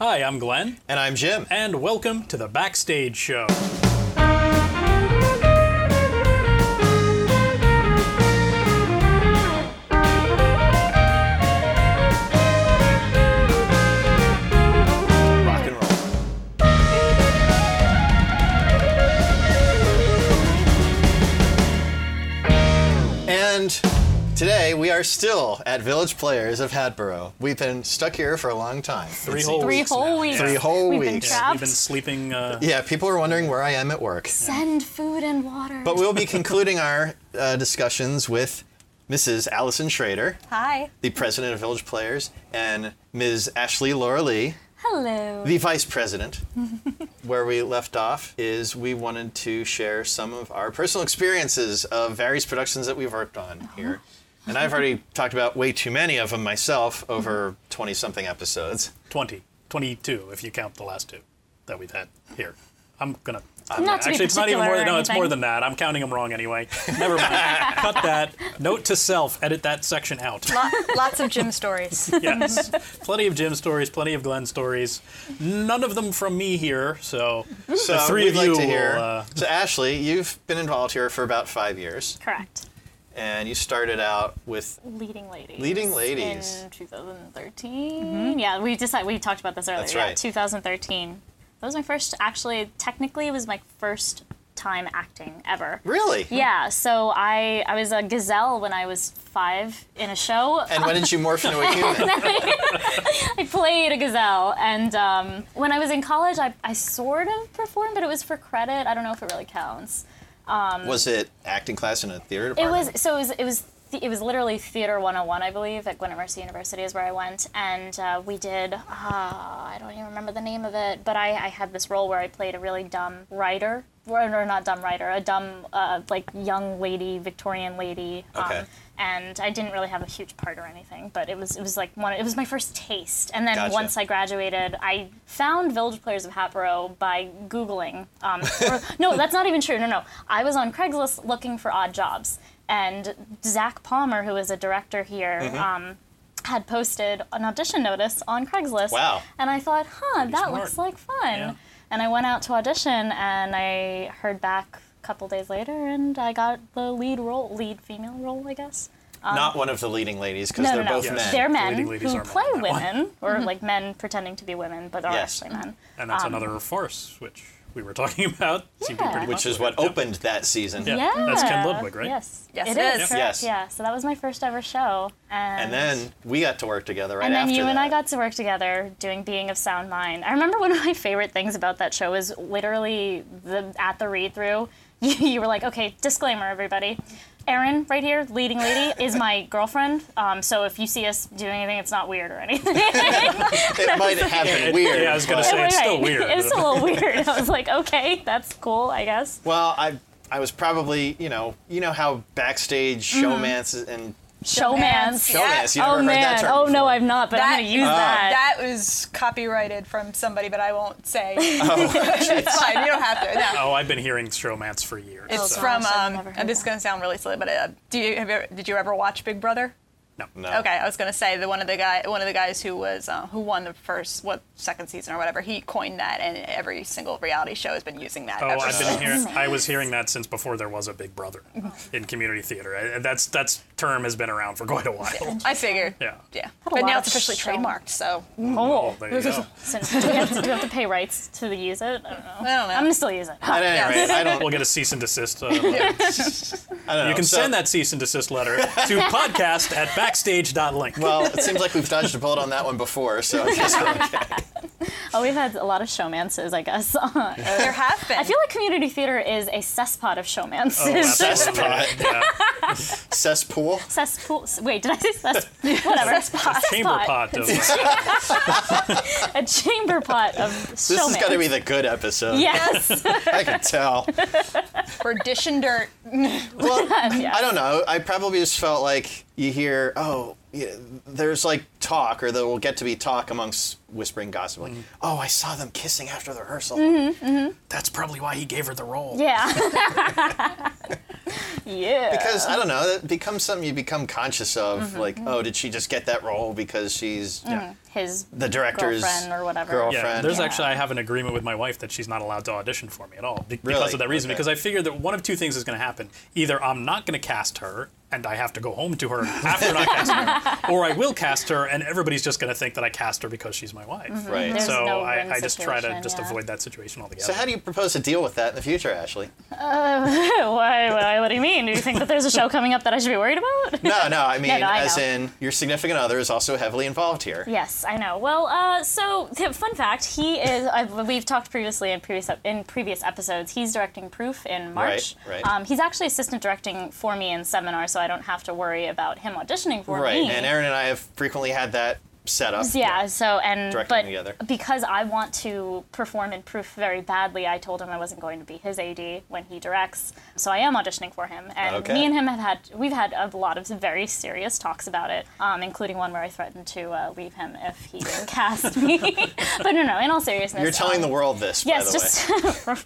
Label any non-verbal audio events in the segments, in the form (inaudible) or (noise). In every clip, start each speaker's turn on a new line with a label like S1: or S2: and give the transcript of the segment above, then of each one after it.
S1: Hi, I'm Glenn,
S2: And I'm Jim.
S1: and welcome to the Backstage Show.
S2: Rock and roll. And today we are still at Village Players of Hatboro. We've been stuck here for a long time.
S1: Three
S2: It's-
S1: whole
S3: Three
S1: weeks.
S3: whole
S1: now.
S3: weeks.
S1: Yeah.
S2: Three whole
S3: We've
S2: weeks.
S1: Yeah,
S3: Been
S1: we've
S3: trapped.
S1: been sleeping. Uh,
S2: Yeah, people are wondering where I am at work.
S3: Send food and water.
S2: But we'll be concluding our uh, discussions with Mrs. Allison Schrader,
S3: Hi.
S2: the president of Village Players, and Ms. Ashley Laura Lee.
S3: Hello.
S2: The vice president. (laughs) Where we left off is we wanted to share some of our personal experiences of various productions that we've worked on
S1: Uh-huh.
S2: here. And I've already talked about way too many of them myself over 20 something episodes.
S1: 20, 22, if you count the last two that we've had here. I'm gonna.
S3: Not to be
S1: Actually, it's not even
S3: particular
S1: more.
S3: or
S1: Than, no, it's more
S3: anything.
S1: than that. I'm counting them wrong anyway. Never mind.
S3: (laughs)
S1: Cut that. Note to self: edit that section out.
S4: Lot, lots of gym stories.
S1: (laughs) yes. Plenty of Jim stories. Plenty of Glenn stories. None of them from me here. So,
S2: So
S1: the three
S2: we'd
S1: of
S2: like
S1: you
S2: to hear.
S1: will. Uh,
S2: So, Ashley, you've been involved here for about five years,
S3: (laughs) Correct.
S2: and you started out with.
S3: Leading ladies.
S2: Leading Ladies.
S3: In 2013. Yeah, we decided we talked about this earlier.
S2: That's
S3: yeah,
S2: right.
S3: 2013. That was my first. Actually, technically, it was my first time acting ever.
S2: Really?
S3: Yeah. So I I was a gazelle when I was five in a show.
S2: And when did you morph
S3: (laughs)
S2: into a human?
S3: I played a gazelle, and um, when I was in college, I, I sort of performed, but it was for credit. I don't know if it really counts.
S2: Was it acting class in a theater
S3: It
S2: department?
S3: was so it was it was th- it was literally theater 101 i believe at gwinnett mercy university is where i went and uh, we did uh, i don't even remember the name of it but I, I had this role where i played a really dumb writer or, or not dumb writer a dumb uh, like young lady victorian lady um,
S2: Okay.
S3: and i didn't really have a huge part or anything but it was it was like one it was my first taste and then
S2: Gotcha.
S3: once i graduated i found village players of hatboro by googling um, or- no that's not even true no no i was on craigslist looking for odd jobs and zach palmer who is a director here um, had posted an audition notice on craigslist
S2: Wow.
S3: and i thought huh that
S1: smart.
S3: looks like fun
S1: Yeah.
S3: and i went out to audition and i heard back a couple days later and i got the lead role lead female role i guess
S2: Not one of the leading ladies, because
S3: um, no,
S2: they're
S3: no, no.
S2: both
S1: Yes.
S2: men.
S3: They're men
S1: Leading ladies
S3: who
S1: are men,
S3: play
S1: that one. (laughs)
S3: women, or like men pretending to be women, but are
S2: Yes.
S3: actually men.
S1: and that's another farce, which we were (laughs) talking about. Seemed to be
S3: um, Yeah.
S1: pretty
S2: which is
S1: popular.
S2: what
S1: Yep.
S2: opened that season.
S1: Yeah. That's Ken Ludwig, right?
S3: Yes.
S4: Yes,
S3: it
S4: it
S3: is.
S4: is.
S3: correct,
S2: Yes.
S3: Yeah. So that was my first ever show, and,
S2: And then we got to work together right
S3: and then
S2: after
S3: you
S2: that.
S3: and I got to work together doing Being of Sound Mind. I remember one of my favorite things about that show was literally the at the read through, (laughs) you, you were like, okay, disclaimer, everybody. Erin, right here, leading lady, is my girlfriend. Um, so if you see us doing anything, it's not weird or anything. (laughs)
S2: It might have been weird.
S1: yeah, I was gonna
S2: but-
S1: say- it's still
S3: Right.
S1: weird.
S3: it's a little weird. I was like, okay, that's cool, I guess.
S2: Well, I I was probably you know you know how backstage showmances and
S3: Showmans.
S4: Yeah.
S2: showmance. You never heard
S3: Mm-hmm. Oh
S2: that
S3: man.
S2: term
S3: Oh no,
S2: before.
S3: I've not, but I'm gonna use that.
S4: that was copyrighted from somebody, but I won't
S1: (laughs)
S4: say. (laughs) it's fine. You don't have to. No.
S1: Oh, I've been hearing Stromance for years.
S4: It's
S1: so-
S4: from.
S3: gosh, I've
S4: Um,
S3: never heard
S4: I'm just
S3: that.
S4: gonna sound really silly, but uh, do you have you ever, did you ever watch Big Brother?
S1: no.
S2: No.
S4: Okay, I was gonna say that one of the guy, one of the guys who was uh, who won the first what second season or whatever, he coined that, and every single reality show has been using that.
S1: Oh,
S4: ever
S1: I've
S4: since.
S1: been hearing. I was hearing that since before there was a Big Brother in community theater. I- That's that's term has been around for quite a while.
S4: I figured.
S1: Yeah.
S4: Yeah.
S3: a
S4: But
S3: lot
S4: now it's
S3: of
S4: officially
S3: show-
S4: trademarked, so I
S1: Oh, there you
S2: (laughs)
S1: go.
S3: So, do, we have to, do we have to pay rights to use it? I don't know.
S4: don't know.
S3: I'm gonna still
S2: (laughs)
S3: use it.
S2: At any
S4: Yes.
S2: rate, I don't.
S1: We'll get a cease and desist. Uh, letter.
S2: I don't know.
S1: you can
S2: So-
S1: send that cease and desist letter
S4: (laughs)
S1: to podcast at backstage.link.
S2: Well, it seems like we've dodged a bullet on that one before, so I
S3: (laughs)
S2: guess we're okay.
S3: Oh, we've had a lot of showmances, I guess. (laughs) I
S4: there have been.
S3: feel like community theater is a cesspot of
S2: Oh.
S3: showmances.
S1: absolutely.
S2: Cesspot.
S1: Yeah.
S2: Cesspool.
S3: (laughs) Cesspool. Wait, did I
S2: (laughs)
S3: say cess? Whatever. Cesspot.
S1: Chamber pot of
S3: A chamber pot of showmans.
S2: (laughs) This is going to be the good episode. (laughs)
S3: (laughs) Yes.
S2: I can tell.
S4: for dish and dirt.
S2: Well,
S3: (laughs) Yes.
S2: I don't know. I probably just felt like you hear, oh, yeah, there's like talk, or there will get to be talk amongst whispering gossip.
S1: Mm-hmm.
S2: Like, oh, I saw them kissing after the rehearsal.
S1: that's probably why he gave her the role.
S2: (laughs)
S3: yeah. (laughs) yeah. Mm-hmm.
S2: Because I don't know, that becomes something you become conscious of. Like, oh, did she just get that role because she's? Yeah.
S3: his
S2: The director's
S3: Mm-hmm. girlfriend or whatever.
S2: girlfriend.
S1: Yeah,
S2: friend.
S1: there's
S3: Yeah.
S1: actually I have an agreement with my wife that she's not allowed to audition for me at all be-
S2: Really?
S1: because of that reason.
S2: Okay.
S1: Because I figured that one of two things is going to happen: either I'm not going to cast her and I have to go home to
S2: (laughs)
S1: her after not casting her, or I will cast her and everybody's just going to think that I cast her because she's my wife.
S2: Mm-hmm. Right.
S3: There's
S1: So
S3: no win
S1: I, I just try to
S3: situation,
S1: just
S3: yeah.
S1: avoid that situation altogether.
S2: So how do you propose to deal with that in the future,
S3: (laughs)
S2: Ashley?
S3: why, why? What do you mean? Do you think that there's a show coming up that I should be worried about? (laughs)
S2: No, no, I mean,
S3: no, I
S2: as
S3: know.
S2: in your significant other is also heavily involved here.
S3: Yes, I know. Well, uh, so th- fun fact: he is. i we've talked previously in previous ep- in previous episodes. He's directing Proof in March.
S2: Right, right.
S3: Um, he's actually assistant directing for me in Seminar, so I don't have to worry about him auditioning for
S2: Right.
S3: me.
S2: And Aaron and I have frequently had that set up.
S3: yeah, so and
S2: Directing
S3: but
S2: together.
S3: because I want to perform in proof very badly, I told him I wasn't going to be his AD when he directs. So I am auditioning for him, and
S2: Okay.
S3: me and him have had we've had a lot of very serious talks about it, um, including one where I threatened to uh, leave him if
S2: (laughs)
S3: he didn't cast me. (laughs) but no, no, in all seriousness,
S2: You're telling
S3: um,
S2: the world this, by
S3: Yes,
S2: the
S3: just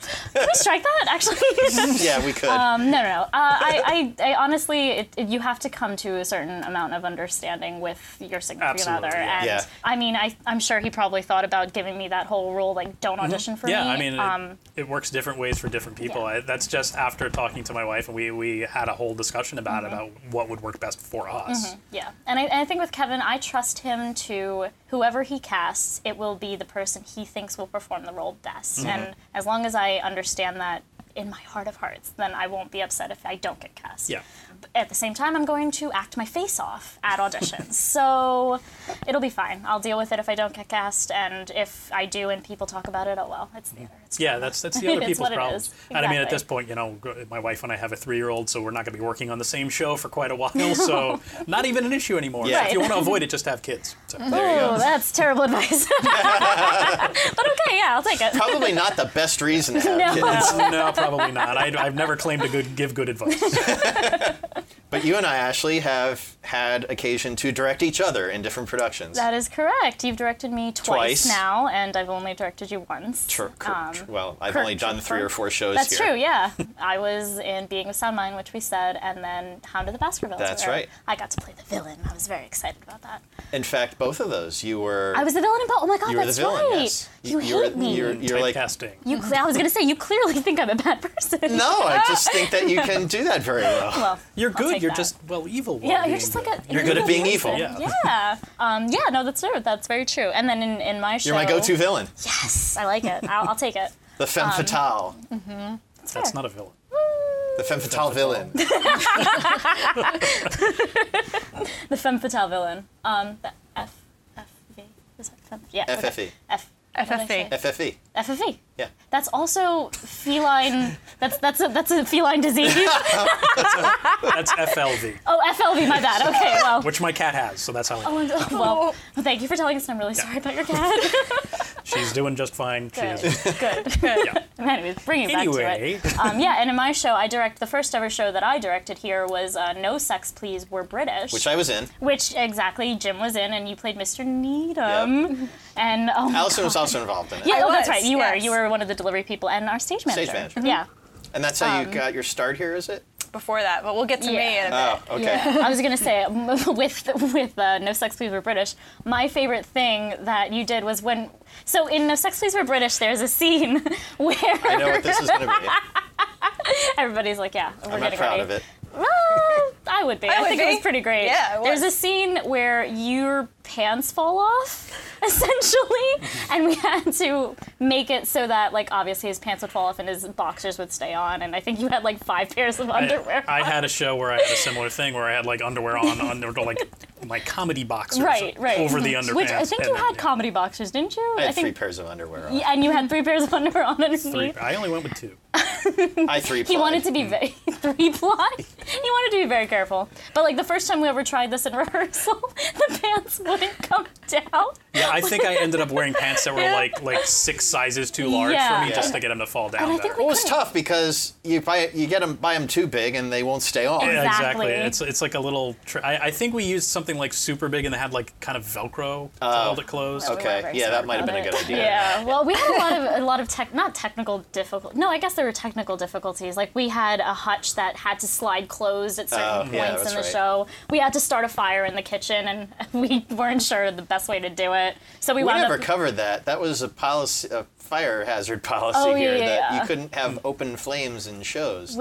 S3: (laughs) can we strike
S2: (laughs)
S3: that actually?
S2: way. Yeah, we could.
S3: (laughs) Um, no, no, no. Uh, I, I, I honestly, it, it, you have to come to a certain amount of understanding with your significant
S1: Absolutely,
S3: other.
S1: yeah.
S3: And
S2: Yeah.
S3: I mean, I, I'm sure he probably thought about giving me that whole rule, like, don't audition for
S1: Mm-hmm. yeah,
S3: me.
S1: I mean, it,
S3: um,
S1: it works different ways for different people.
S3: Yeah.
S1: I, that's just after talking to my wife, and we, we had a whole discussion about
S3: Mm-hmm.
S1: it, about what would work best for us.
S3: yeah. And I, and I think with Kevin, I trust him to whoever he casts, it will be the person he thinks will perform the role best.
S1: Mm-hmm.
S3: And as long as I understand that in my heart of hearts, then I won't be upset if I don't get cast.
S1: Yeah.
S3: at the same time, I'm going to act my face off at
S2: (laughs)
S3: auditions. so it'll be fine. I'll deal with it if I don't get cast, and if I do and people talk about it, oh well, it's theater. It's
S1: Yeah, that's that's
S3: (laughs)
S1: the other
S3: It's
S1: people's
S3: what it is.
S1: problems. And I mean, at
S3: Exactly.
S1: this point, you know, g- my wife and I have a three-year-old, so we're not going to be working on the same show for quite a (laughs) while. So not even an issue anymore.
S2: Yeah.
S1: If you
S3: Right.
S1: want to avoid it, just have kids.
S3: (laughs)
S1: So.
S2: there you go.
S3: Oh, that's terrible
S2: (laughs)
S3: advice. but okay, yeah, I'll take it.
S2: Probably not the best reason
S3: (laughs)
S2: to have
S3: No.
S2: kids.
S1: Oh, no, probably not. I, I've never claimed to good, give good
S3: (laughs)
S1: advice.
S2: But you and I, Ashley, have had occasion to direct each other in different productions.
S3: That is correct. You've directed me twice,
S2: Twice.
S3: now, and I've only directed you once.
S2: Tr- cr-
S3: Um,
S2: tr- well, I've
S3: cur-
S2: only done
S3: tr-
S2: three or four shows
S3: That's
S2: here. (laughs)
S3: true, yeah. I was in Being with Sound Mind, which we said, and then Hound of the Baskervilles.
S2: That's
S3: where
S2: right.
S3: I got to play the villain. I was very excited about that.
S2: In fact, both of those, you were.
S3: I was the villain in both. Oh my god,
S2: You were the
S3: that's
S2: villain.
S3: right.
S2: Yes.
S3: You,
S2: were-
S3: hate me.
S2: You're,
S3: you
S2: you're like.
S1: Typecasting. (laughs)
S3: cle- I was gonna say you clearly think I'm a bad person.
S2: No, I just think that you
S3: (laughs)
S2: can do that very well.
S3: Well,
S1: You're
S3: I'll
S1: good.
S3: take
S1: You're
S3: that.
S1: just well evil. while
S3: Yeah, you're
S1: being
S3: just like
S1: good.
S3: a.
S2: You're good at being evil.
S3: person.
S1: Yeah.
S3: Yeah. Um, yeah. No, that's true. That's very true. And then in, in my show,
S2: You're my go-to villain,
S3: Yes, I like it. I'll, I'll take it.
S2: the femme
S3: Um,
S2: fatale,
S1: That's not a villain.
S2: the femme fatale villain.
S3: The femme fatale villain. Um, the F F V. Is that femme? Yeah. okay.
S2: FFE,
S3: F. what
S1: E.
S3: did I
S4: FFE.
S3: say?
S2: FFE.
S3: FFE.
S2: E. Yeah.
S3: That's also feline. That's that's a that's a
S2: (laughs)
S3: feline disease.
S1: That's FLV,
S3: oh, FLV. My bad. Okay. Well.
S1: which my cat has. So that's how.
S3: Oh,
S2: (laughs)
S3: well, thank you for telling us. I'm really sorry about your cat.
S1: She's doing just fine. She
S3: Good.
S1: is.
S3: Good.
S2: (laughs)
S1: Yeah.
S3: (laughs) Anyways, bringing it back to it.
S1: Anyway.
S3: um, yeah, and in my show, I direct the first ever show that I directed here was uh, No Sex Please We're British,
S2: which I was in.
S3: which exactly Jim was in, and you played Mr. Needham, (laughs) and oh, my
S2: Allison
S3: God.
S2: was also involved in it,
S3: yeah,
S4: I
S3: oh, that's
S4: was,
S3: right, you were
S4: yes.
S3: you were one of the delivery people and our stage manager.
S2: Stage manager.
S3: Yeah.
S2: and that's how
S3: um,
S2: you got your start here, is it?
S4: before that, but we'll get to me
S3: Yeah.
S4: in a bit.
S2: Oh, okay.
S3: Yeah, I was gonna say (laughs) with with uh, No Sex Please We're British. My favorite thing that you did was when so in No Sex Please We're British, there's a scene (laughs) where
S2: I know what this is going to be.
S3: (laughs) everybody's like, yeah, we're
S2: I'm not
S3: getting
S2: proud
S3: ready.
S2: of it.
S3: Well, Ah, I would be. I,
S4: would
S3: think it
S4: be.
S3: was pretty great.
S4: Yeah, it
S3: There's a
S4: was.
S3: scene where your pants fall off, (laughs) essentially, and we had to make it so that, like, obviously his pants would fall off and his boxers would stay on. And I think you had like five pairs of underwear.
S1: I, I
S3: on.
S1: had a show where I had a similar thing where I had like underwear on under like my comedy boxers
S3: (laughs) right, right.
S1: over the underpants.
S3: Which I think
S1: and
S3: you
S1: then-
S3: had comedy boxers, didn't you?
S2: I had three
S3: think.
S2: pairs of underwear on.
S3: And you had three pairs of underwear on underneath.
S1: Three, I only went with two.
S2: I three.
S3: He wanted to be very (laughs) three ply. He wanted to be very careful. But like the first time we ever tried this in (laughs) rehearsal, the pants wouldn't come down.
S1: Yeah, I think I ended up wearing pants that were like like six sizes too large
S3: Yeah.
S1: for me just to get them to fall down.
S3: And I think
S1: better.
S2: It
S3: we-
S2: was tough because you buy you get them buy them too big and they won't stay on.
S1: yeah, exactly.
S3: Exactly.
S1: It's it's like a little. Tr- I, I think we used something like super big and they had like kind of Velcro to hold it closed.
S3: we were
S2: Okay.
S3: very
S2: Yeah, that
S3: smart
S2: might have been
S3: about
S2: a good
S3: it.
S2: idea.
S3: Yeah. Well, we had a lot of a lot of tech, not technical difficult. No, I guess there were technical difficulties. Like we had a hutch that had to slide closed at certain
S2: Oh,
S3: points
S2: yeah,
S3: in
S2: that's
S3: the
S2: right.
S3: show. We had to start a fire in the kitchen, and (laughs) we weren't sure the best way to do it. So we,
S2: We
S3: wound
S2: never
S3: (laughs) up.
S2: covered that. That was a policy, a fire hazard (laughs) policy
S3: Oh, yeah,
S2: here
S3: yeah,
S2: that
S3: yeah.
S2: you couldn't have open flames in shows.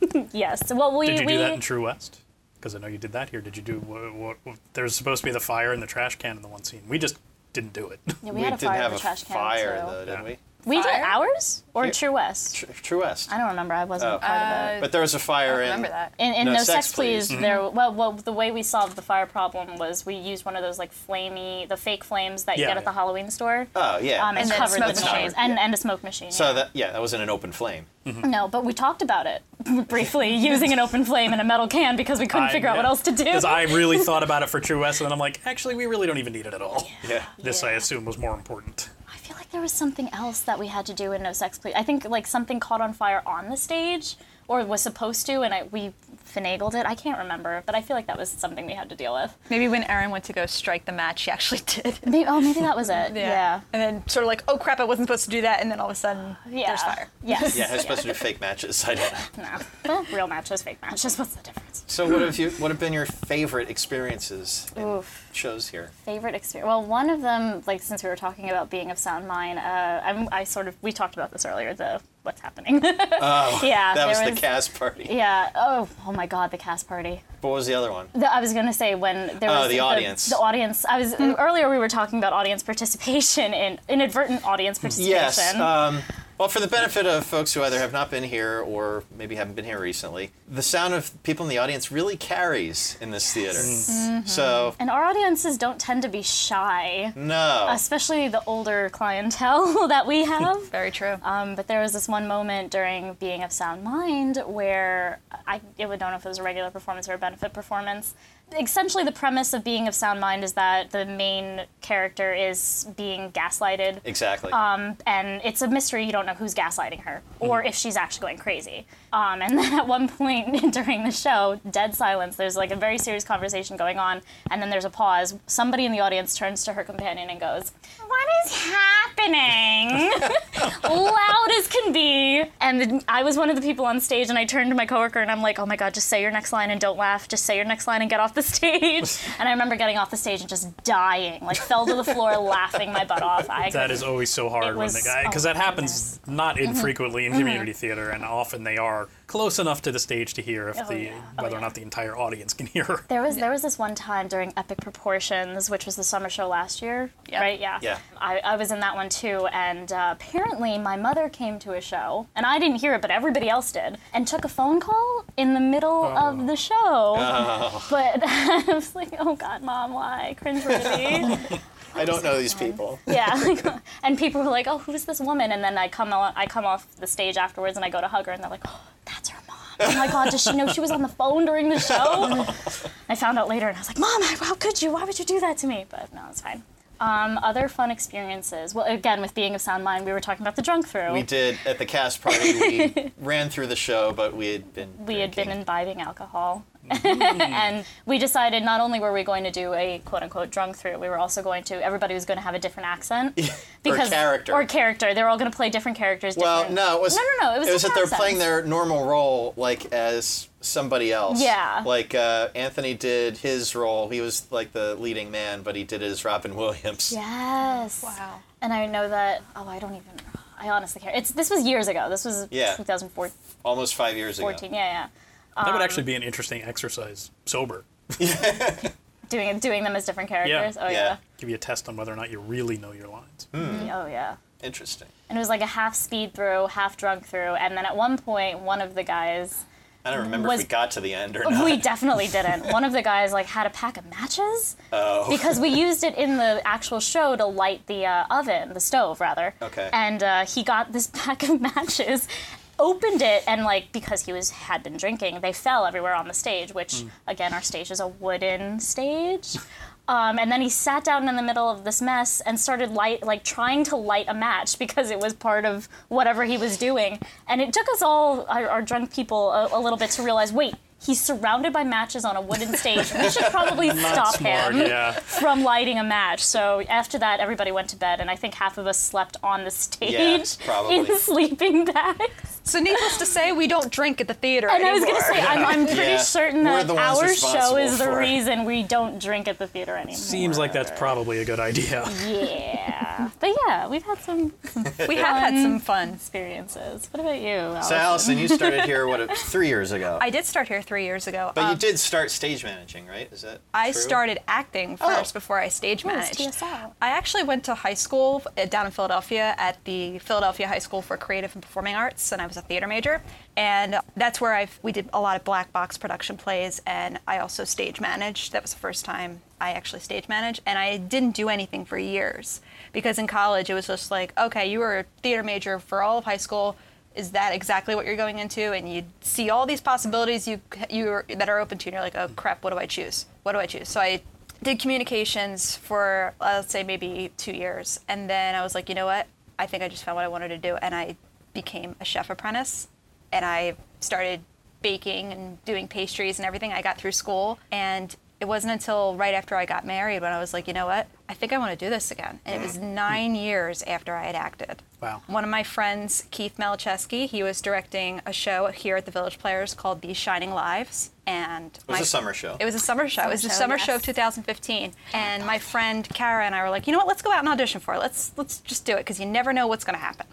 S3: we- yes. Well, we
S1: Did you
S3: we
S1: do that in True West? Because I know you did that here. Did you do what, what, There's supposed to be the fire in the trash can in the one scene. We just didn't do it. (laughs)
S3: yeah, we,
S2: we
S3: had a
S2: didn't
S3: fire in
S2: have
S3: the
S2: a
S3: trash can
S2: fire
S3: too.
S2: though, did
S1: Yeah.
S2: we?
S3: We did
S4: Fire?
S3: ours or
S2: Here-
S3: True West.
S2: Tr- True West.
S3: I don't remember. I wasn't
S2: Oh.
S3: part of
S1: Uh,
S3: it.
S2: But there was a fire in.
S4: remember that.
S3: In, in
S2: No
S3: no,
S2: Sex,
S3: sex, please,
S1: Mm-hmm.
S2: Please.
S3: there. Well, well, the way we solved the fire problem was we used one of those like flamey, the fake flames that you
S1: Yeah,
S3: get at the
S1: yeah.
S3: Halloween store,
S2: Oh yeah.
S3: um, and,
S4: And then
S3: covered
S4: smoke
S3: the
S4: machine.
S3: machines and, and a smoke machine.
S2: so that yeah, that was in an open flame.
S3: No, but we talked about it (laughs) briefly using an open flame and a metal can because we couldn't
S1: I-
S3: figure out what
S1: yeah.
S3: else to do.
S1: Because I
S3: (laughs)
S1: really thought about it for True West, and then I'm like, actually, we really don't even need it at all.
S2: Yeah.
S1: (laughs) This, I
S3: Yeah.
S1: assume, was more important.
S3: I feel like there was something else that we had to do in No Sex Please. I think like something caught on fire on the stage or was supposed to, and I, we finagled it. I can't remember, but I feel like that was something we had to deal with.
S4: Maybe when Erin went to go strike the match, she actually (laughs) did.
S3: Maybe, oh, maybe that was it. (laughs) yeah.
S4: And then sort of like, oh crap, I wasn't supposed to do that. And then all of a sudden,
S3: Yeah.
S4: there's fire.
S3: Yes.
S2: Yeah, who's supposed to do fake matches? I don't know.
S3: No. Well, real matches, fake matches. What's the difference?
S2: So what have you? What have been your favorite experiences in
S3: Oof.
S2: shows here?
S3: Favorite experience? Well, one of them, like since we were talking about being of sound mind, uh, I'm, I sort of we talked about this earlier. The what's happening?
S2: Oh,
S3: (laughs)
S2: that
S3: Yeah, there
S2: was, the
S3: was-
S2: cast party.
S3: yeah. Oh, oh my God, the cast party.
S2: What was the other one?
S3: The, I was gonna say when there
S2: Oh,
S3: was
S2: the audience.
S3: The, audience. I was earlier. We were talking about audience participation and inadvertent audience participation.
S2: Yes. Um, well, for the benefit of folks who either have not been here or maybe haven't been here recently, the sound of people in the audience really carries in this theater.
S3: Mm-hmm.
S2: So,
S3: and our audiences don't tend to be shy,
S2: Mm. no.
S3: especially the older clientele (laughs) that we have.
S4: Very true.
S3: Um, but there was this one moment during Being of Sound Mind where I, I don't know if it was a regular performance or a benefit performance. Essentially, the premise of Being of Sound Mind is that the main character is being gaslighted
S2: Exactly.
S3: Um, and it's a mystery. You don't know who's gaslighting her or if she's actually going crazy. Um, and (laughs) then at one point (laughs) during the show, dead silence. There's like a very serious conversation going on, and then there's a pause. Somebody in the audience turns to her companion and goes, "What is happening?" (laughs) Loud as can be. And the, I was one of the people on stage, and I turned to my coworker and I'm like, "Oh my god, just say your next line and don't laugh. Just say your next line and get off the stage." and I remember getting off the stage and just dying, like fell to the floor laughing my butt off. I
S1: That is always so hard
S3: It
S1: when the
S3: was- Mm-hmm.
S1: guy because
S3: oh
S1: that
S3: my
S1: happens not infrequently in community theater, and often they are close enough to the stage to hear if
S3: Oh,
S1: the
S3: yeah. Oh,
S1: whether or
S3: yeah.
S1: not the entire audience can
S3: (laughs)
S1: hear.
S3: There was there was this one time during Epic Proportions, which was the summer show last year,
S4: Yeah.
S3: right? Yeah.
S2: Yeah.
S3: I, I was in that one too, and uh, apparently my mother came to a show, and I didn't hear it, but everybody else did, and took a phone call in the middle of the show. But (laughs) I was like, oh God, mom, why? Cringeworthy.
S2: I don't know these people.
S3: yeah. (laughs) and people were like, oh, who's this woman? And then I come on, I come off the stage afterwards, and I go to hug her, and they're like, oh, that's her mom. Oh my God, does she know she was on the phone during the show? I found out later, and I was like, Mom, I- how could you? Why would you do that to me? But no, it's fine. Um, other fun experiences. Well, again, with being of sound mind, we were talking about the drunk through.
S2: We did at the cast party.
S3: (laughs)
S2: We ran through the show, but we had been
S3: we had been
S2: drinking.
S3: imbibing alcohol. (laughs) and we decided not only were we going to do a quote unquote drunk through, we were also going to everybody was going to have a different accent
S2: (laughs) character.
S3: or character. They were all going to play different characters.
S2: Well,
S3: different-
S2: no, it was
S3: no, no, no. It was,
S2: that
S3: different
S2: they're
S3: accents.
S2: playing their normal role, like as somebody else.
S3: Yeah.
S2: Like uh, Anthony did his role. He was like the leading man, but he did it as Robin Williams.
S3: Yes.
S4: Wow.
S3: And I know that. Oh, I don't even. I honestly care. It's this was years ago. This was
S2: Yeah.
S3: 2014.
S2: Almost five years ago.
S3: Yeah, yeah.
S1: that would
S3: Um,
S1: actually be an interesting exercise sober.
S3: Doing doing them as different characters. Oh yeah.
S1: Give you a test on whether or not you really know your lines.
S2: Hmm.
S3: Oh yeah.
S2: Interesting.
S3: And it was like a half speed through, half drunk through, and then at one point, one of the guys.
S2: I don't remember
S3: Was-
S2: if we got to the end or not. (laughs)
S3: (laughs) We definitely didn't. One of the guys like had a pack of matches
S2: oh. (laughs)
S3: because we used it in the actual show to light the uh, oven, the stove rather.
S2: Okay.
S3: And uh, he got this (laughs) pack of matches, opened it, and like because he was had been drinking, they fell everywhere on the stage. Which
S2: Mm.
S3: again, our stage is a wooden stage. Um, and then he sat down in the middle of this mess and started light, like trying to light a match because it was part of whatever he was doing. And it took us all, our, our drunk people, a, a little bit to realize, wait, he's surrounded by matches on a wooden stage. We should
S2: (laughs)
S3: probably stop
S1: Smart,
S3: him
S1: yeah.
S3: from lighting a match. So after that, everybody went to bed, and I think half of us slept on the stage
S2: Yeah, probably.
S3: in (laughs) sleeping bags.
S4: So needless to say, we don't drink at the theater
S3: And (laughs) I was
S4: anymore.
S3: gonna say, I'm, I'm
S2: (laughs)
S3: pretty
S2: Yeah.
S3: certain
S2: We're
S3: that
S2: the ones
S3: our show is the
S2: responsible for-
S3: reason we don't drink at the theater anymore.
S1: Seems like that's probably a good
S3: (laughs)
S1: idea. (laughs)
S3: Yeah, but yeah, we've had some
S4: we have had some fun.
S3: experiences. What about you? Alex?
S2: So, Allison, you started here, what,
S4: (laughs)
S2: three years ago?
S4: I did start here three years ago.
S2: but
S4: Um,
S2: you did start stage managing, right? Is that
S4: I
S2: true?
S4: started acting first before I stage
S3: Ooh, it's
S4: managed.
S3: TSL.
S4: I actually went to high school uh, down in Philadelphia at the Philadelphia High School for Creative and Performing Arts, and I was a theater major. And that's where I we did a lot of black box production plays, and I also stage managed. That was the first time I actually stage managed, and I didn't do anything for years because in college it was just like, okay, you were a theater major for all of high school. Is that exactly what you're going into? And you see all these possibilities you you that are open to, you, and you're like, oh crap, what do I choose? What do I choose? So I did communications for uh, let's say maybe two years and then i was like you know what i think i just found what i wanted to do and i became a chef apprentice and i started baking and doing pastries and everything i got through school and it wasn't until right after i got married when i was like you know what i think i want to do this again and it was nine years after i had acted
S1: Wow.
S4: one of my friends, Keith Malachesky, he was directing a show here at the Village Players called The Shining Lives. And it
S2: was a summer show.
S4: It was a summer show. it was the
S3: show,
S4: summer show of
S3: yes.
S4: 2015. And my friend Kara and I were like, you know what? Let's go out and audition for it. Let's let's just do it because you never know what's going to happen.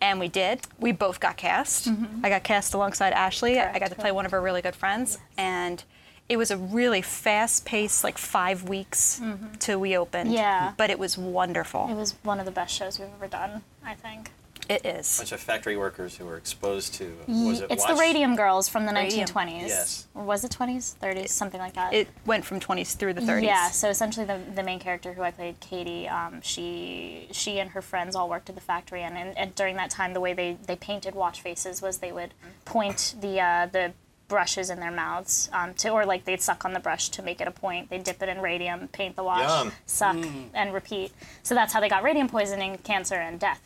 S4: And we did. We both got cast.
S3: Mm-hmm.
S4: I got cast alongside Ashley. I got to play one of her really good friends. And it was a really fast-paced, like five weeks till we opened.
S3: Mm-hmm. Yeah.
S4: But it was wonderful.
S3: It was one of the best shows we've ever done, I think.
S4: it is.
S2: bunch of factory workers who were exposed to was it
S3: it's
S2: watch?
S3: the Radium Girls from the
S4: Radium.
S3: 1920s.
S2: Yes.
S3: Or was it 20s? 30s? Something like that.
S4: it went from 20s through the 30s.
S3: Yeah, so essentially the, the main character who I played, Katie, um, she she and her friends all worked at the factory, and, and, and during that time, the way they, they painted watch faces was they would point the uh, the brushes in their mouths um, to, or like they'd suck on the brush to make it a point. They'd dip it in radium, paint the watch,
S2: Yum.
S3: suck,
S4: Hmm.
S3: and repeat. So that's how they got radium poisoning, cancer, and death.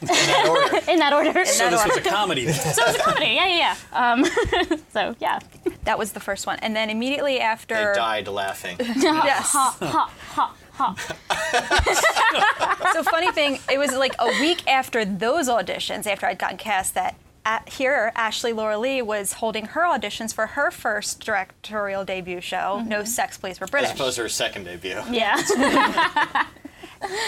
S2: In order.
S3: (laughs) In that order.
S1: So this was a comedy. then.
S3: so it was a comedy. Yeah, yeah, yeah. Um, (laughs) so yeah.
S4: That was the first one. And then immediately after.
S2: They died laughing.
S4: (laughs) Yes. so funny thing, it was like a week after those auditions, after I'd gotten cast, that at, here Ashley Laura Lee was holding her auditions for her first directorial debut show, No Sex Please We're
S2: As
S4: British.
S2: opposed to her second debut.
S3: Yeah.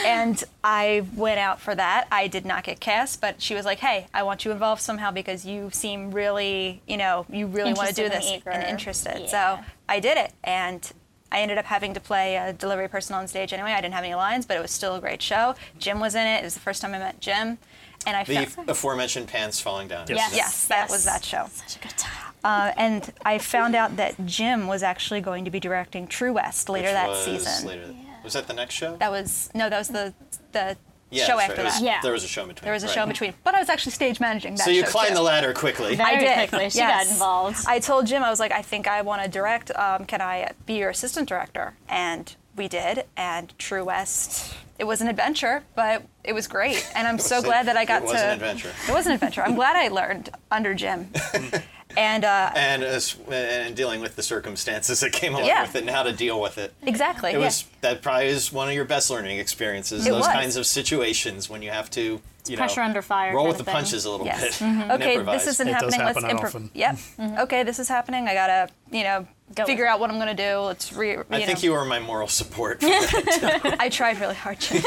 S4: and I went out for that. I did not get cast, but she was like, "Hey, I want you involved somehow because you seem really, you know, you really want to do
S3: Interested and
S4: this
S3: eager.
S4: and interested."
S3: Yeah.
S4: So I did it, and I ended up having to play a delivery person on stage anyway. I didn't have any lines, but it was still a great show. Jim was in it. It was the first time I met Jim, and I
S2: The
S4: felt
S2: aforementioned pants falling down.
S1: Yes.
S3: Yes.
S4: yes, that was that show.
S3: Such a good time.
S4: Uh, and I found out that Jim was actually going to be directing True West
S2: Which
S4: later that
S2: was
S4: season.
S2: Later. Was that the next show?
S4: That was no, that was the the
S2: yeah,
S4: show
S2: that's
S4: after
S2: right. It was-
S4: that.
S3: Yeah.
S2: There was a show in between.
S4: There was a
S2: right.
S4: show in between, but I was actually stage managing that.
S2: So you
S4: show
S2: climbed
S4: too.
S2: the ladder quickly.
S3: That-
S4: I
S3: Very
S4: did. Uh,
S3: quickly, she got involved.
S4: I told Jim I was like, I think I want to direct. Um, can I be your assistant director? And we did. And True West, it was an adventure, but it was great. And I'm so
S2: was a-
S4: glad that I
S2: it
S4: got
S2: was
S4: to.
S2: an adventure.
S4: It was an adventure. I'm glad I learned under Jim.
S2: (laughs)
S4: and uh,
S2: And, as, and dealing with the circumstances that came along
S4: Yeah.
S2: with it and how to deal with it.
S4: exactly,
S2: It
S4: yeah.
S2: was that probably is one of your best learning experiences.
S4: It
S2: those
S4: was.
S2: kinds of situations when you have to, you know,
S3: pressure under fire
S2: roll
S3: kind
S2: with the
S3: of thing.
S2: punches a little
S4: Yes. Mm-hmm.
S2: bit.
S4: (laughs)
S2: and
S4: Okay,
S2: improvise.
S4: this isn't
S1: It does
S4: happening.
S1: happen
S4: Let's improv.
S1: often.
S4: Yep. Okay, this is happening. I gotta, you know,
S3: Mm-hmm. Go
S4: figure
S3: with
S4: out what I'm gonna do. Let's re. You
S2: I think
S4: know.
S2: you were my moral support.
S4: (laughs)
S2: For that.
S4: I tried really hard. Jim.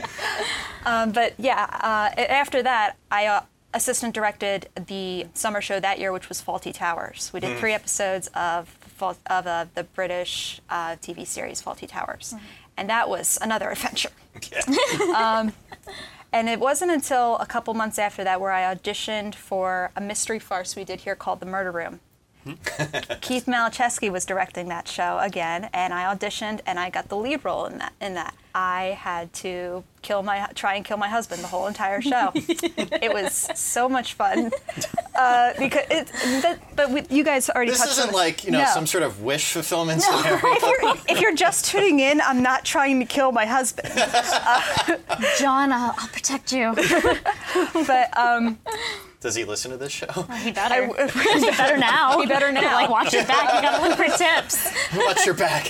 S4: (laughs) um, but yeah, uh, a- after that, I uh, assistant directed the summer show that year, which was Faulty Towers. We did three episodes of Fault, of uh, the British uh, TV series Faulty Towers, and that was another adventure. And it wasn't until a couple months after that where I auditioned for a mystery farce we did here called The Murder
S2: (laughs)
S4: Room. Keith Malachesky was directing that show again, and I auditioned and I got the lead role in that. In that, I had to kill my try and kill my husband the whole
S2: (laughs)
S4: entire show. it was so much fun uh, because it. That, but we, you guys already
S2: this
S4: touched on
S2: isn't like you know
S4: No.
S2: some sort of wish
S4: (laughs)
S2: fulfillment scenario.
S4: If you're, if you're just tuning in, I'm not trying to kill my husband.
S2: (laughs)
S3: John, I'll, I'll protect (laughs) you.
S4: But um,
S2: Does he listen to this
S4: (laughs)
S2: show?
S3: He better.
S4: I-
S3: he better now.
S4: He better now.
S3: like watch it back. You gotta look for tips.
S2: Watch your back.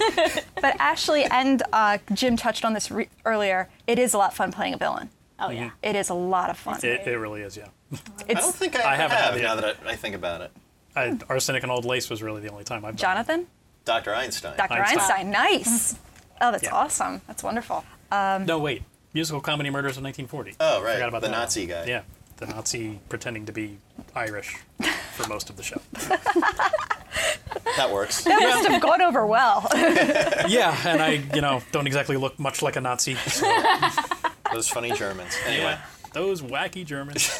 S4: But Ashley and uh, Jim touched on this re- earlier. It is a lot of fun playing a villain.
S3: (laughs) Oh
S2: Mm-hmm.
S3: yeah.
S4: It is a lot of fun.
S1: Mm-hmm. It, it really is, yeah.
S2: I don't
S4: It's
S2: think
S1: I
S2: I, ever
S1: haven't had
S2: have
S1: the-
S2: now that I, I think about it.
S1: I,
S3: Mm-hmm.
S1: arsenic and old lace was really the only time I've done it.
S4: Jonathan,
S2: Dr. Einstein.
S4: Dr.
S1: Einstein.
S4: Einstein. Nice. Oh, that's
S1: Yeah.
S4: awesome. That's wonderful.
S1: No, wait. Musical comedy murders of 1940.
S2: Oh, right.
S1: Forgot about
S2: The
S1: that
S2: Nazi
S1: one.
S2: guy.
S1: Yeah, the Nazi pretending to be Irish for most of the
S2: (laughs)
S1: show.
S2: That
S4: (laughs)
S2: works.
S4: That must have gone over well. (laughs)
S1: yeah, and I, you know, don't exactly look much like a Nazi. So,
S2: Those funny Germans. Anyway.
S1: yeah. Those wacky
S2: (laughs)
S1: Germans.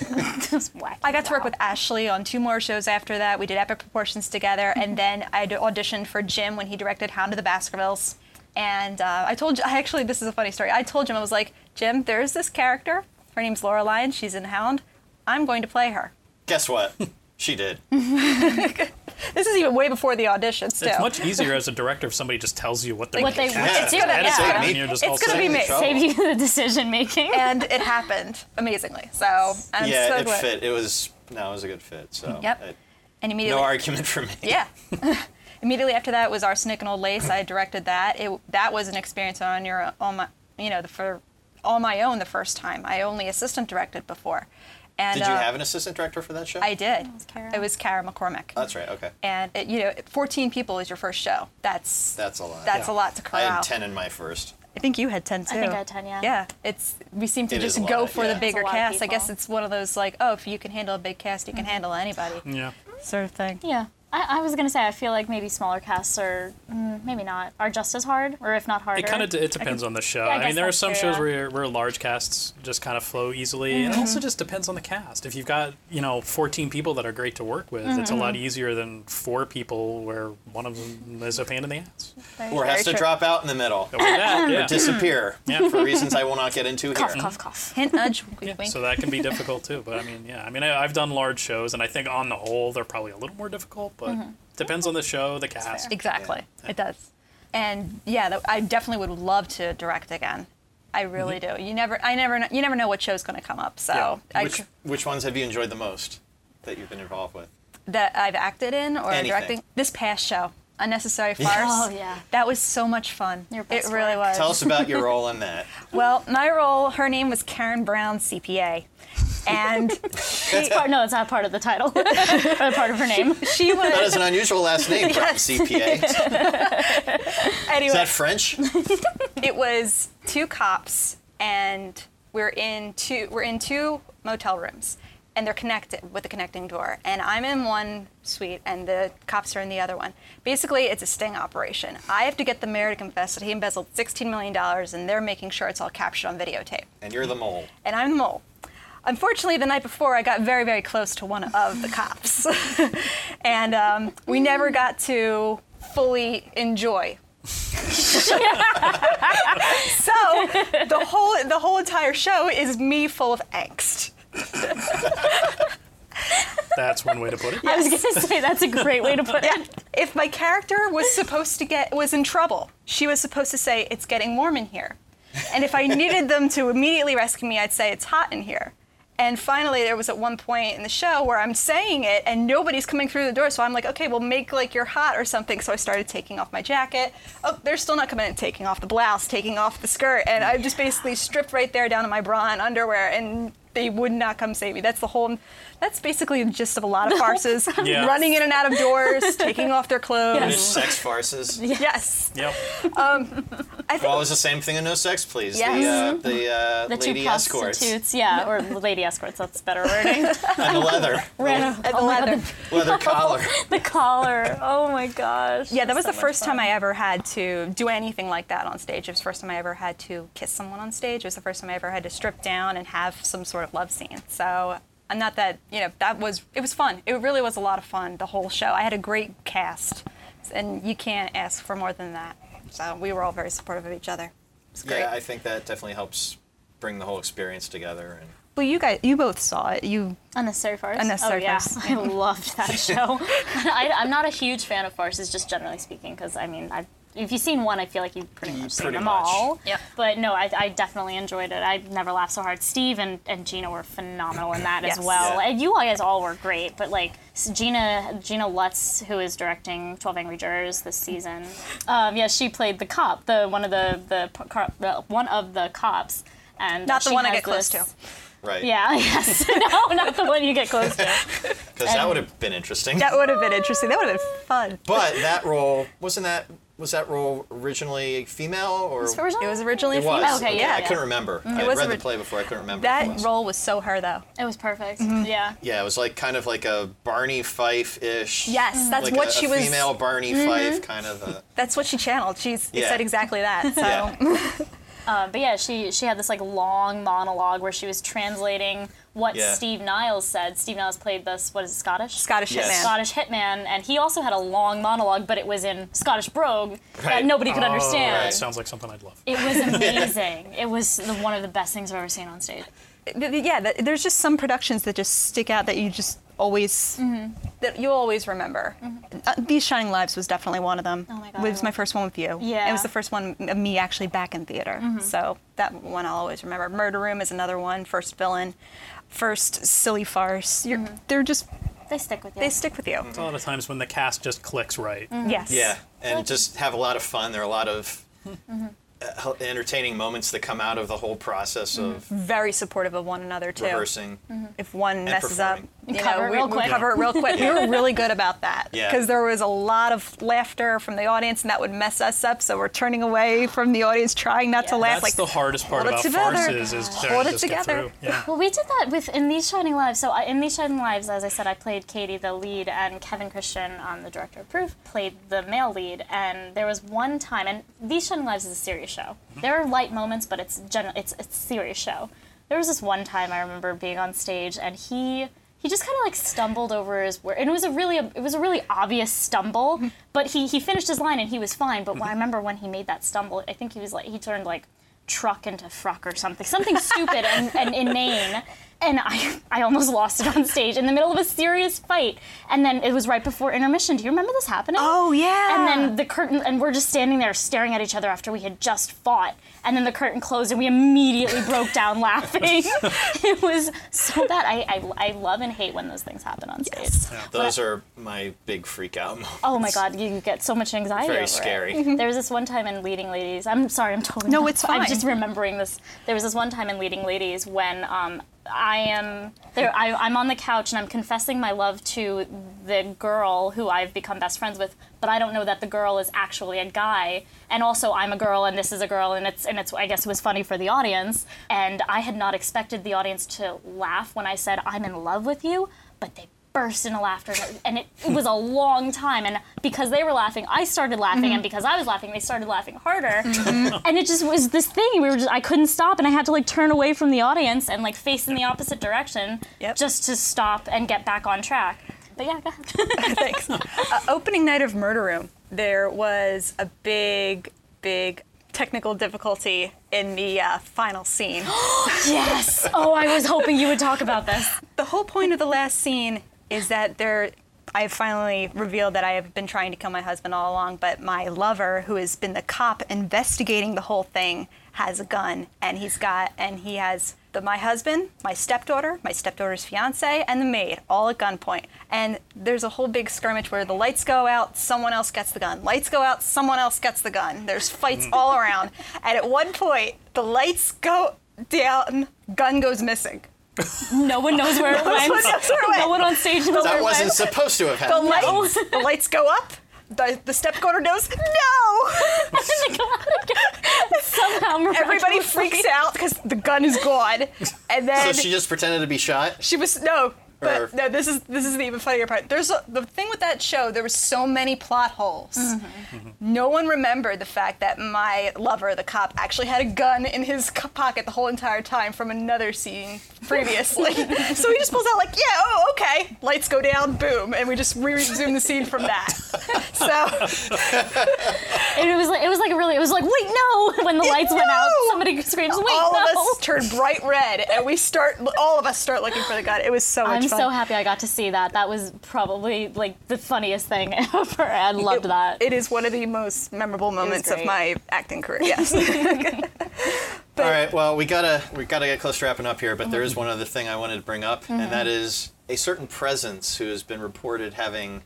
S3: Just whack.
S4: I got to work
S3: Wow.
S4: with Ashley on two more shows after that. We did Epic Proportions together, and then I auditioned for Jim when he directed Hound of the Baskervilles. And uh, I told, I actually, this is a funny story. I told Jim, I was like, Jim, there's this character. Her name's Laura Lyon. She's in Hound. I'm going to play her.
S2: Guess what? She
S4: (laughs)
S2: did.
S4: This is even way before the auditions, too.
S1: It's much easier as a director if somebody just tells you what they're
S3: What they
S1: going to
S3: want. It's
S2: Yeah.
S3: gonna,
S2: That's
S3: yeah.
S2: it.
S1: And you're just
S4: It's
S1: all
S4: gonna be
S1: set.
S4: me. (laughs)
S2: Trouble.
S3: Save you the decision making.
S4: and it happened amazingly. So I'm
S2: yeah,
S4: so
S2: it
S4: glad.
S2: fit. It was no, it was a good fit. So
S4: Yep.
S2: it-
S4: And
S2: no
S4: immediately,
S2: argument for me.
S4: yeah. (laughs) immediately after that was Arsenic and Old Lace. I directed that. It that was an experience on your on my you know the for on my own the first time. I only assistant directed before. And
S2: Did you
S4: uh,
S2: have an assistant director for that show?
S4: I did. It was
S3: Kara.
S4: Kara, McCormick.
S2: That's right. Okay.
S4: and it, you know, 14 people is your first show. That's
S2: That's a lot.
S4: That's
S1: Yeah.
S4: a lot to
S2: I
S4: corral.
S2: had ten in my first.
S4: I think you had 10 too.
S3: I think I had 10, yeah.
S4: Yeah. It's we seem to
S2: It is a
S4: just go
S2: lot,
S4: for
S2: yeah.
S4: the
S2: It's a
S4: bigger
S3: lot of
S4: cast. I
S3: people.
S4: guess
S3: Mm-hmm.
S4: it's one of those like, oh, if you can handle a big cast, you can handle anybody
S1: Yeah.
S4: sort of thing.
S3: Yeah. I, I was gonna say I feel like maybe smaller casts are mm, maybe not are just as hard or if not harder.
S1: It kind of it depends on the show.
S3: I
S1: I, mean,
S3: guess
S1: there are
S3: that's
S1: some
S3: true,
S1: shows
S3: yeah.
S1: where where large casts just kind of flow easily, and
S3: Mm-hmm.
S1: it also just depends on the cast. If you've got you know 14 people that are great to work with, it's a lot
S3: Mm-hmm.
S1: easier than four people where one of them is a pain in the ass.
S2: Or has to drop out in the middle.
S1: Or that, yeah.
S2: Disappear.
S1: Yeah.
S2: (laughs) For reasons I will not get into here.
S3: cough,
S2: (laughs)
S3: cough, cough. (laughs)
S4: Hint, nudge, wink,
S1: Yeah,
S4: wink.
S1: so that can be difficult too. But I mean, yeah, I mean, I, I've done large shows, and I think on the whole they're probably a little more difficult. But
S3: Mm-hmm.
S1: depends on the show, the cast.
S4: exactly. It does. And yeah, tho- I definitely would love to direct again. I really do. You never, I never, kn- you never know what show's going to come up. So
S1: Yeah.
S2: Mm-hmm.
S4: I,
S2: Which which ones have you enjoyed the most that you've been involved with?
S4: that I've acted in or
S2: Anything.
S4: directing this past show,
S2: (laughs)
S4: unnecessary farce.
S3: Oh, yeah.
S4: that was so much fun.
S3: Your
S4: it
S3: best
S4: really
S3: work.
S4: was.
S2: Tell us about your role in
S4: (laughs)
S2: that.
S4: Well, my role, her name was Karen Brown, CPA.
S2: (laughs)
S4: And
S3: It's part, no, it's not part of the title. (laughs) or part of her name. (laughs)
S4: she
S2: That
S4: was,
S2: is an unusual last name, Brown
S4: Yes. (laughs)
S2: CPA. Is
S4: anyway,
S2: that French?
S4: (laughs) it was two cops and we're in two we're in two motel rooms and they're connected with a connecting door and i'm in one suite and the cops are in the other one basically it's a sting operation i have to get the mayor to confess that he embezzled $16 million and they're making sure it's all captured on videotape
S2: And you're the mole.
S4: and i'm the mole unfortunately the night before i got very very close to one of the cops (laughs) and um, we never got to fully enjoy (laughs) so the whole the whole entire show is me full of angst.
S1: That's one way to put it.
S3: I was gonna say that's a great way to put it.
S4: If my character was supposed to get was in trouble, she was supposed to say it's getting warm in here. And if I needed them to immediately rescue me, I'd say it's hot in here. And finally, there was at one point in the show where I'm saying it and nobody's coming through the door. So I'm like, okay, well, make like you're hot or something. So I started taking off my jacket. Oh, they're still not coming in, taking off the blouse, taking off the skirt. And I'm just basically stripped right there down to my bra and underwear. And they would not come save me. That's the whole, that's basically the gist of a lot of farces
S1: Yeah.
S4: running in and out of (laughs) doors, taking off their
S2: There's
S4: clothes.
S2: sex farces.
S4: Yes.
S1: Yep.
S2: Well, it was the same thing in No Sex Please.
S4: Yes.
S2: The, uh, the, uh,
S3: The
S2: lady
S3: two
S2: escorts
S3: prostitutes, yeah, or lady escorts. That's better wording.
S2: and the
S4: (laughs)
S2: leather,
S3: Right.
S4: And Oh the leather. (laughs)
S2: leather collar.
S3: the collar. Oh my gosh.
S4: Yeah, that was the first time I ever had to do anything like that on stage. It was the first time I ever had to kiss someone on stage. It was the first time I ever had to strip down and have some sort of love scene. So, and not that, you know, that was, it was fun. It really was a lot of fun, the whole show. I had a great cast, and you can't ask for more than that. So we were all very supportive of each other. It's great.
S2: Yeah, I think that definitely helps bring the whole experience together. And
S4: well, you guys, you both saw it. You
S3: Unnecessary farce.
S4: Unnecessary
S3: oh, yeah.
S4: farce.
S3: (laughs) I loved
S4: (laughs)
S3: that show. (laughs) I, I'm not a huge fan of farces, just generally speaking, because I mean, I, if you've seen one, I feel like you've pretty much seen
S2: Pretty
S3: them
S2: much.
S3: all.
S4: Yep.
S3: But no, I, I definitely enjoyed it. I never laughed so hard. Steve and, and Gina were phenomenal in
S4: (laughs)
S3: that
S4: Yes.
S3: as well.
S2: Yeah.
S3: And you guys all were great, but like s- Gina Gina Lutz, who is directing Twelve Angry Jurors this season, um, yeah, she played the cop, the one of the the, p- car, the one of the cops. and
S4: Not the
S3: she
S4: one I
S3: has
S4: get close
S3: this-
S4: to.
S2: Right.
S3: Yeah, (laughs) yes. no, not the one you get close to.
S2: Because that would have been interesting. (laughs)
S4: That would have been interesting. That would have been fun.
S2: but that role wasn't that was that role originally female or
S3: It's original?
S4: It was originally
S2: It was.
S4: female.
S3: Okay, yeah,
S2: I
S3: yeah.
S2: couldn't remember. I
S4: Mm-hmm.
S2: had
S4: was
S2: read
S4: ori-
S2: the play before. I couldn't remember.
S4: That
S2: who it was.
S4: role was so her though.
S3: It was perfect. Mm-hmm. Yeah.
S2: Yeah, it was like kind of like a Barney Fife ish.
S4: Yes, that's
S2: like
S4: what
S2: a,
S4: she
S2: a
S4: was. Mm-hmm.
S2: Female Barney Fife kind of. A,
S4: That's what she channeled. She's it
S2: Yeah.
S4: said exactly that. So (laughs)
S2: yeah.
S3: Uh, but yeah, she she had this like long monologue where she was translating what
S2: Yeah.
S3: Steve Niles said. Steve Niles played this. What is it, Scottish?
S4: Scottish
S2: Yes.
S4: hitman.
S3: Scottish hitman, and he also had a long monologue, but it was in Scottish brogue that
S2: Right.
S3: nobody could
S1: Oh,
S3: understand.
S1: that sounds like something I'd love.
S3: It
S2: (laughs)
S3: was amazing. It was the, one of the best things I've ever seen on stage.
S4: Th- th- yeah, th- there's just some productions that just stick out that you just always that you'll always remember. Uh, These Shining Lives was definitely one of them.
S3: Oh my God,
S4: It
S3: I
S4: was my
S3: love-
S4: first one with you.
S3: Yeah.
S4: It was the first one of me actually back in theater. So that one I'll always remember. Murder Room is another one. First villain, first silly farce. You're, They're just
S3: They stick with you.
S4: they stick with you.
S1: A lot of times when the cast just clicks
S3: Mm.
S1: right.
S4: Yes.
S2: yeah, and just have a lot of fun. There are a lot of
S4: Mm-hmm.
S2: uh, entertaining moments that come out of the whole process of
S4: Very supportive of one another Mm-hmm. too. Mm-hmm.
S2: rehersing.
S4: if one messes up,
S2: performing.
S4: you
S3: Cover
S4: know,
S3: it
S4: we,
S3: real
S4: we
S3: quick.
S4: cover it real quick. We were really good about that
S2: Yeah.
S4: because there was a lot of laughter from the audience, and that would mess us up. So we're turning away from the audience, trying not to
S3: Yeah.
S4: laugh.
S1: That's the
S4: like
S1: hardest part
S4: hold
S1: about
S4: it together.
S1: farces is trying
S4: Hold
S1: to
S4: it
S1: just get
S4: together.
S1: through.
S3: (laughs)
S1: Yeah.
S3: Well, we did that with in these Shining Lives. So I, in these Shining Lives, as I said, I played Katie, the lead, and Kevin Christian, um, the director of Proof, played the male lead. And there was one time, and these Shining Lives is a serious show. There are light moments, but it's gen- it's it's a serious show. There was this one time I remember being on stage, and he he just kind of like stumbled over his word, and it was a really it was a really obvious stumble. But he he finished his line and he was fine. But I remember when he made that stumble, I think he was like he turned like truck into frock or something, something stupid and, and inane. And I, I almost lost it on stage in the middle of a serious fight. And then it was right before intermission. Do you remember this happening?
S4: Oh, yeah.
S3: And then the curtain, and we're just standing there staring at each other after we had just fought. And then the curtain closed, and we immediately broke down laughing. (laughs) it was so bad. I, I, I love and hate when those things happen on stage.
S2: Those are my big freak out (laughs) moments.
S3: Oh my God, you, you get so much anxiety.
S2: Very
S3: over it.
S2: scary.
S3: There was this one time in Leading Ladies. I'm sorry, I'm totally.
S4: No,
S3: not-
S4: it's
S3: I'm
S4: fine.
S3: just remembering this. There was this one time in Leading Ladies when um, I am there. I, I'm on the couch and I'm confessing my love to the girl who I've become best friends with, but I don't know that the girl is actually a guy. And also, I'm a girl and this is a girl, and it's and it's. I guess it was funny for the audience, and I had not expected the audience to laugh when I said I'm in love with you, but they burst into laughter and it- and it, it was a long time and because they were laughing i started laughing and because i was laughing they started laughing harder and it just was this thing we were just i couldn't stop and i had to like turn away from the audience and like face in the opposite direction
S4: Yep.
S3: just to stop and get back on track but yeah go ahead.
S4: (laughs) (laughs) Thanks. Uh, opening night of Murder Room, there was a big, big technical difficulty in the uh, final scene.
S3: yes oh i was hoping you would talk about this
S4: the whole point of the last scene is that there I have finally revealed that I have been trying to kill my husband all along, but my lover, who has been the cop investigating the whole thing, has a gun and he's got and he has the my husband, my stepdaughter, my stepdaughter's fiance, and the maid all at gunpoint. And there's a whole big skirmish where the lights go out, someone else gets the gun. Lights go out, someone else gets the gun. There's fights all around. And at one point, the lights go down, gun goes missing.
S3: no one knows where it went
S4: one knows where it
S3: no
S4: went.
S3: one on stage knows where
S2: That
S3: it
S2: wasn't
S3: went
S2: supposed to have
S4: the
S2: happened.
S4: lights, the lights go up. The, the stepdaughter knows
S2: (laughs)
S4: no.
S3: They go out again. somehow
S4: Everybody
S3: miraculously-
S4: freaks out because the gun is gone, and
S2: So
S4: then
S2: she just pretended to be shot.
S4: she was no.
S2: Or-
S4: But no, this is this is the even funnier part. There's a, the thing with that show. There were so many plot holes.
S2: Mm-hmm.
S4: Mm-hmm. No one remembered the fact that my lover, the cop, actually had a gun in his c- pocket the whole entire time from another scene
S2: (laughs)
S4: previously. so he just pulls out like, yeah, oh, okay. Lights go down, boom, and we just re-resume the scene
S2: (laughs)
S4: from that. So
S3: And it was like it was like a really it was like wait no (laughs) when the lights went out
S4: No!
S3: somebody screams wait
S4: all
S3: no
S4: of us turn bright red, and we start. All of us start looking for the gun. It was so much
S3: I'm
S4: fun.
S3: so happy I got to see that. That was probably like the funniest thing (laughs) ever. I loved
S4: It-
S3: that.
S4: It is one of the most memorable moments of
S3: great.
S4: my acting career. Yes.
S2: All right, well, we gotta we gotta get close to wrapping up here, but there is one other thing I wanted to bring up, and that
S3: Mm-hmm.
S2: is a certain presence who has been reported having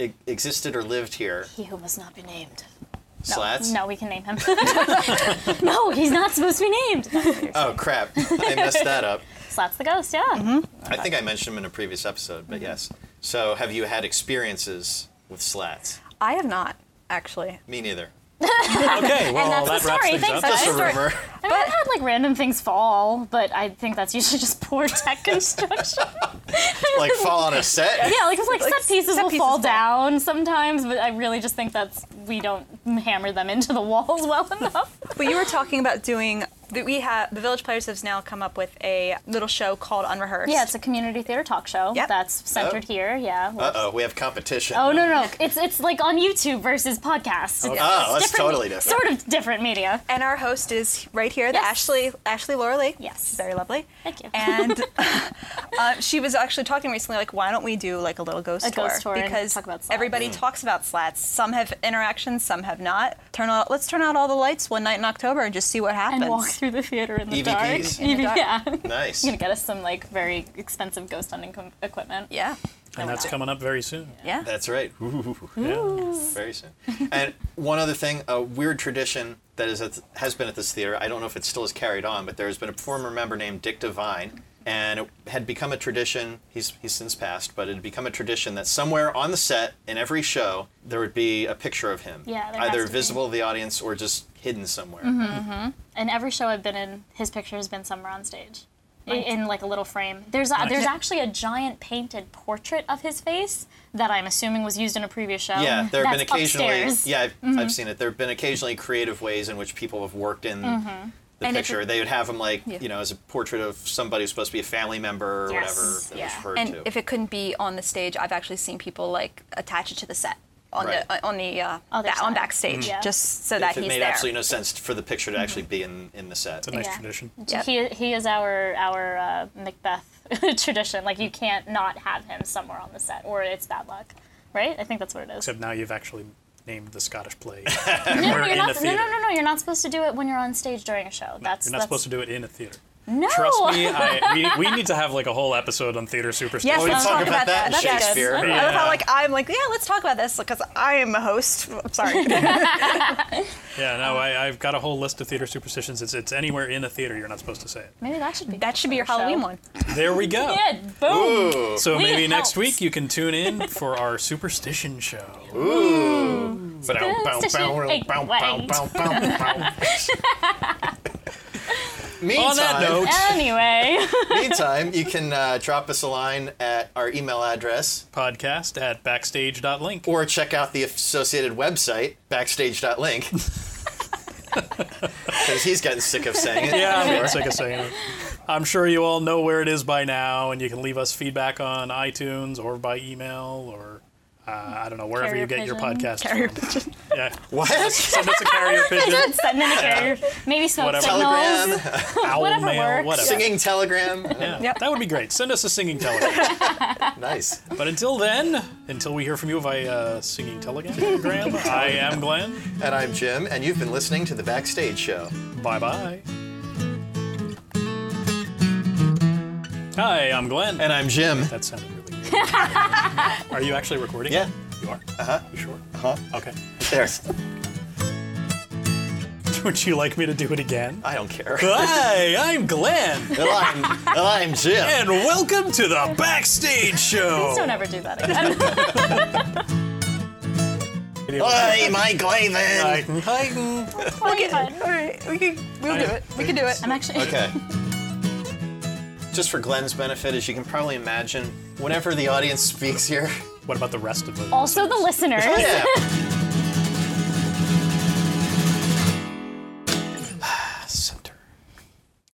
S2: e- existed or lived here.
S3: he who must not be named.
S2: Slats?
S3: No, we can name him. (laughs) no, he's not supposed to be named.
S2: Oh, crap. I messed that
S3: (laughs)
S2: up.
S3: Slats the ghost, yeah.
S2: I think I mentioned him in a previous episode,
S3: Mm-hmm.
S2: but yes. So, have you had experiences with slats?
S4: I have not, actually.
S2: Me neither.
S1: Okay, well, that
S3: that's the
S1: wraps
S3: story.
S1: things
S3: Thanks,
S1: up.
S2: That's a
S4: Sorry.
S2: rumor. (laughs)
S3: I mean, I've had like random things fall, but I think that's usually (laughs) just poor tech construction.
S2: like, fall on a set?
S3: (laughs) yeah, like it's like, set pieces
S4: set
S3: will
S4: pieces
S3: fall
S4: fall.
S3: down sometimes, but I really just think that's we don't hammer them into the walls (laughs) well enough.
S4: But you were talking about doing. that We have the Village Players has now come up with a little show called Unrehearsed.
S3: yeah, it's a community theater talk show
S4: Yep.
S3: that's centered
S2: Oh.
S3: here. Yeah.
S2: Uh oh, we have competition.
S3: Oh no no! It's it's like on YouTube versus podcast. It's
S2: Oh, that's totally different.
S3: Sort of different media.
S4: and our host is right here, the
S3: Yes.
S4: Ashley Ashley Lorley.
S3: Yes.
S4: very lovely.
S3: Thank you.
S4: And (laughs) uh, she was actually talking recently, like, why don't we do like a little ghost
S3: A
S4: tour?
S3: ghost tour and
S4: because
S3: talk about slats.
S4: everybody talks about slats. Some have interactions, some have not. Turn out, let's turn out all the lights one night in October and just see what happens.
S3: and walk through the theater in the
S2: EVPs.
S3: dark. E
S4: In the dark.
S3: Yeah, I'm
S2: Nice.
S3: gonna get us some like very expensive ghost hunting com- equipment.
S4: Yeah,
S1: And that's coming up very soon.
S4: yeah.
S2: That's right. Ooh.
S1: Yeah.
S2: Very soon. And one other thing, a weird tradition that is at, has been at this theater. I don't know if it still is carried on, but there has been a former member named Dick Devine, and it had become a tradition. He's he's since passed, but it had become a tradition that somewhere on the set in every show there would be a picture of him,
S3: Yeah, there
S2: either
S3: has to be.
S2: visible to the audience or just hidden somewhere.
S3: And every show I've been in, his picture has been somewhere on stage, I- in, like a little frame. There's a, there's actually a giant painted portrait of his face that I'm assuming was used in a previous show.
S2: Yeah,
S4: Oh,
S2: there have been
S3: That's
S2: occasionally.
S3: upstairs.
S2: Yeah, I've,
S4: Mm-hmm.
S2: I've seen it. There have been occasionally creative ways in which people have worked in the
S4: Mm-hmm. And if
S2: picture.
S4: it-
S2: They would have them like
S4: Yeah.
S2: you know as a portrait of somebody who's supposed to be a family member or
S3: Yes,
S2: whatever that was
S3: yeah.
S2: referred
S4: And
S2: to.
S4: if it couldn't be on the stage, I've actually seen people like attach it to the set on the
S2: Right.
S4: uh, on the uh,
S3: Other
S4: ba- on
S3: side.
S4: backstage,
S3: Yeah.
S4: just so
S2: if
S4: that
S2: it
S4: he's
S2: made
S4: there. Mm-hmm.
S2: absolutely no sense for the picture to actually be in, in the set.
S1: It's a nice
S3: Yeah.
S1: tradition.
S4: Yep.
S3: He, he is our our uh, Macbeth (laughs) tradition. Like you can't not have him somewhere on the set, or it's bad luck, right? I think that's what it is.
S1: Except now you've actually named the Scottish play.
S3: (laughs) No,
S1: We're
S3: no, you're
S1: in
S3: not,
S1: a
S3: no, no,
S1: theater.
S3: no, no, you're not supposed to do it when you're on stage during a show. That's
S1: You're not
S3: that's,
S1: supposed to do it in a theater.
S3: No.
S1: Trust
S3: (laughs)
S1: me, I, we, we need to have like a whole episode on theater superstitions.
S4: Yes,
S2: Oh, we
S3: uh,
S4: let's
S2: talk
S4: talk
S2: about
S4: about
S2: that
S4: that.
S2: in
S4: That's
S2: Shakespeare.
S4: good. I love how like I'm like, yeah, let's talk about this because I am a host. (laughs) I'm
S3: (laughs)
S4: sorry.
S1: Yeah, no, I, I've got a whole list of theater superstitions. It's, it's anywhere in a theater, you're not supposed to say it.
S3: Maybe that should be
S4: that should be your
S3: Show.
S4: Halloween one.
S1: There we go.
S3: Yeah, boom.
S1: So
S3: We
S1: maybe next
S3: helped.
S1: week you can tune in for our superstition show.
S3: Superstition
S1: On that
S2: Meantime,
S1: note, (laughs)
S3: Anyway,
S2: (laughs)
S3: (laughs)
S2: meantime, you can uh, drop us a line at our email address
S1: podcast at backstage.link.
S2: or check out the associated website,
S1: (laughs)
S2: backstage.link. (laughs) Because he's gotten sick of saying it.
S1: Yeah, I'm
S2: Sure.
S1: getting sick of saying it. I'm sure you all know where it is by now, and you can leave us feedback on iTunes or by email or uh, I don't know wherever
S3: Carrier
S1: you get your
S3: pigeon.
S1: podcasts.
S4: Carrier
S1: from. Yeah,
S2: What?
S1: send us a
S3: (laughs)
S1: carrier pigeon,
S3: send in a carrier. Maybe smoke
S1: Whatever.
S4: Oh,
S3: signals.
S2: Telegram,
S1: owl
S3: Whatever
S1: mail,
S3: works.
S1: whatever.
S2: singing (laughs) telegram.
S1: Yeah,
S4: Yep.
S1: that would be great. Send us a singing telegram.
S2: Nice.
S1: but until then, until we hear from you via uh, singing (laughs) telegram, I am Glenn.
S2: And I'm Jim, and you've been listening to The Backstage Show.
S1: Bye bye. Hi, I'm Glenn.
S2: And I'm Jim.
S1: That sounded really good. (laughs) are you actually recording?
S2: Yeah.
S1: You are? Uh-huh. You sure?
S2: Huh?
S1: Okay. (laughs)
S2: There.
S1: Would you like me to do it again?
S2: I don't care. (laughs)
S1: Uh-huh. Hi, I'm Glenn,
S2: Well, I'm, well, I'm Jim.
S1: and welcome to the Backstage Show.
S3: Please don't ever do that again.
S2: Hi, Mike
S1: Hi.
S2: Glavin.
S1: Hi.
S3: Fine, fine.
S4: All right, we can we'll
S1: I-
S4: do it. We can do it.
S3: I'm actually.
S2: Okay. Just for Glenn's benefit, as you can probably imagine, whenever the audience speaks here,
S1: What about the rest of the
S3: Also, the listeners.
S2: yeah.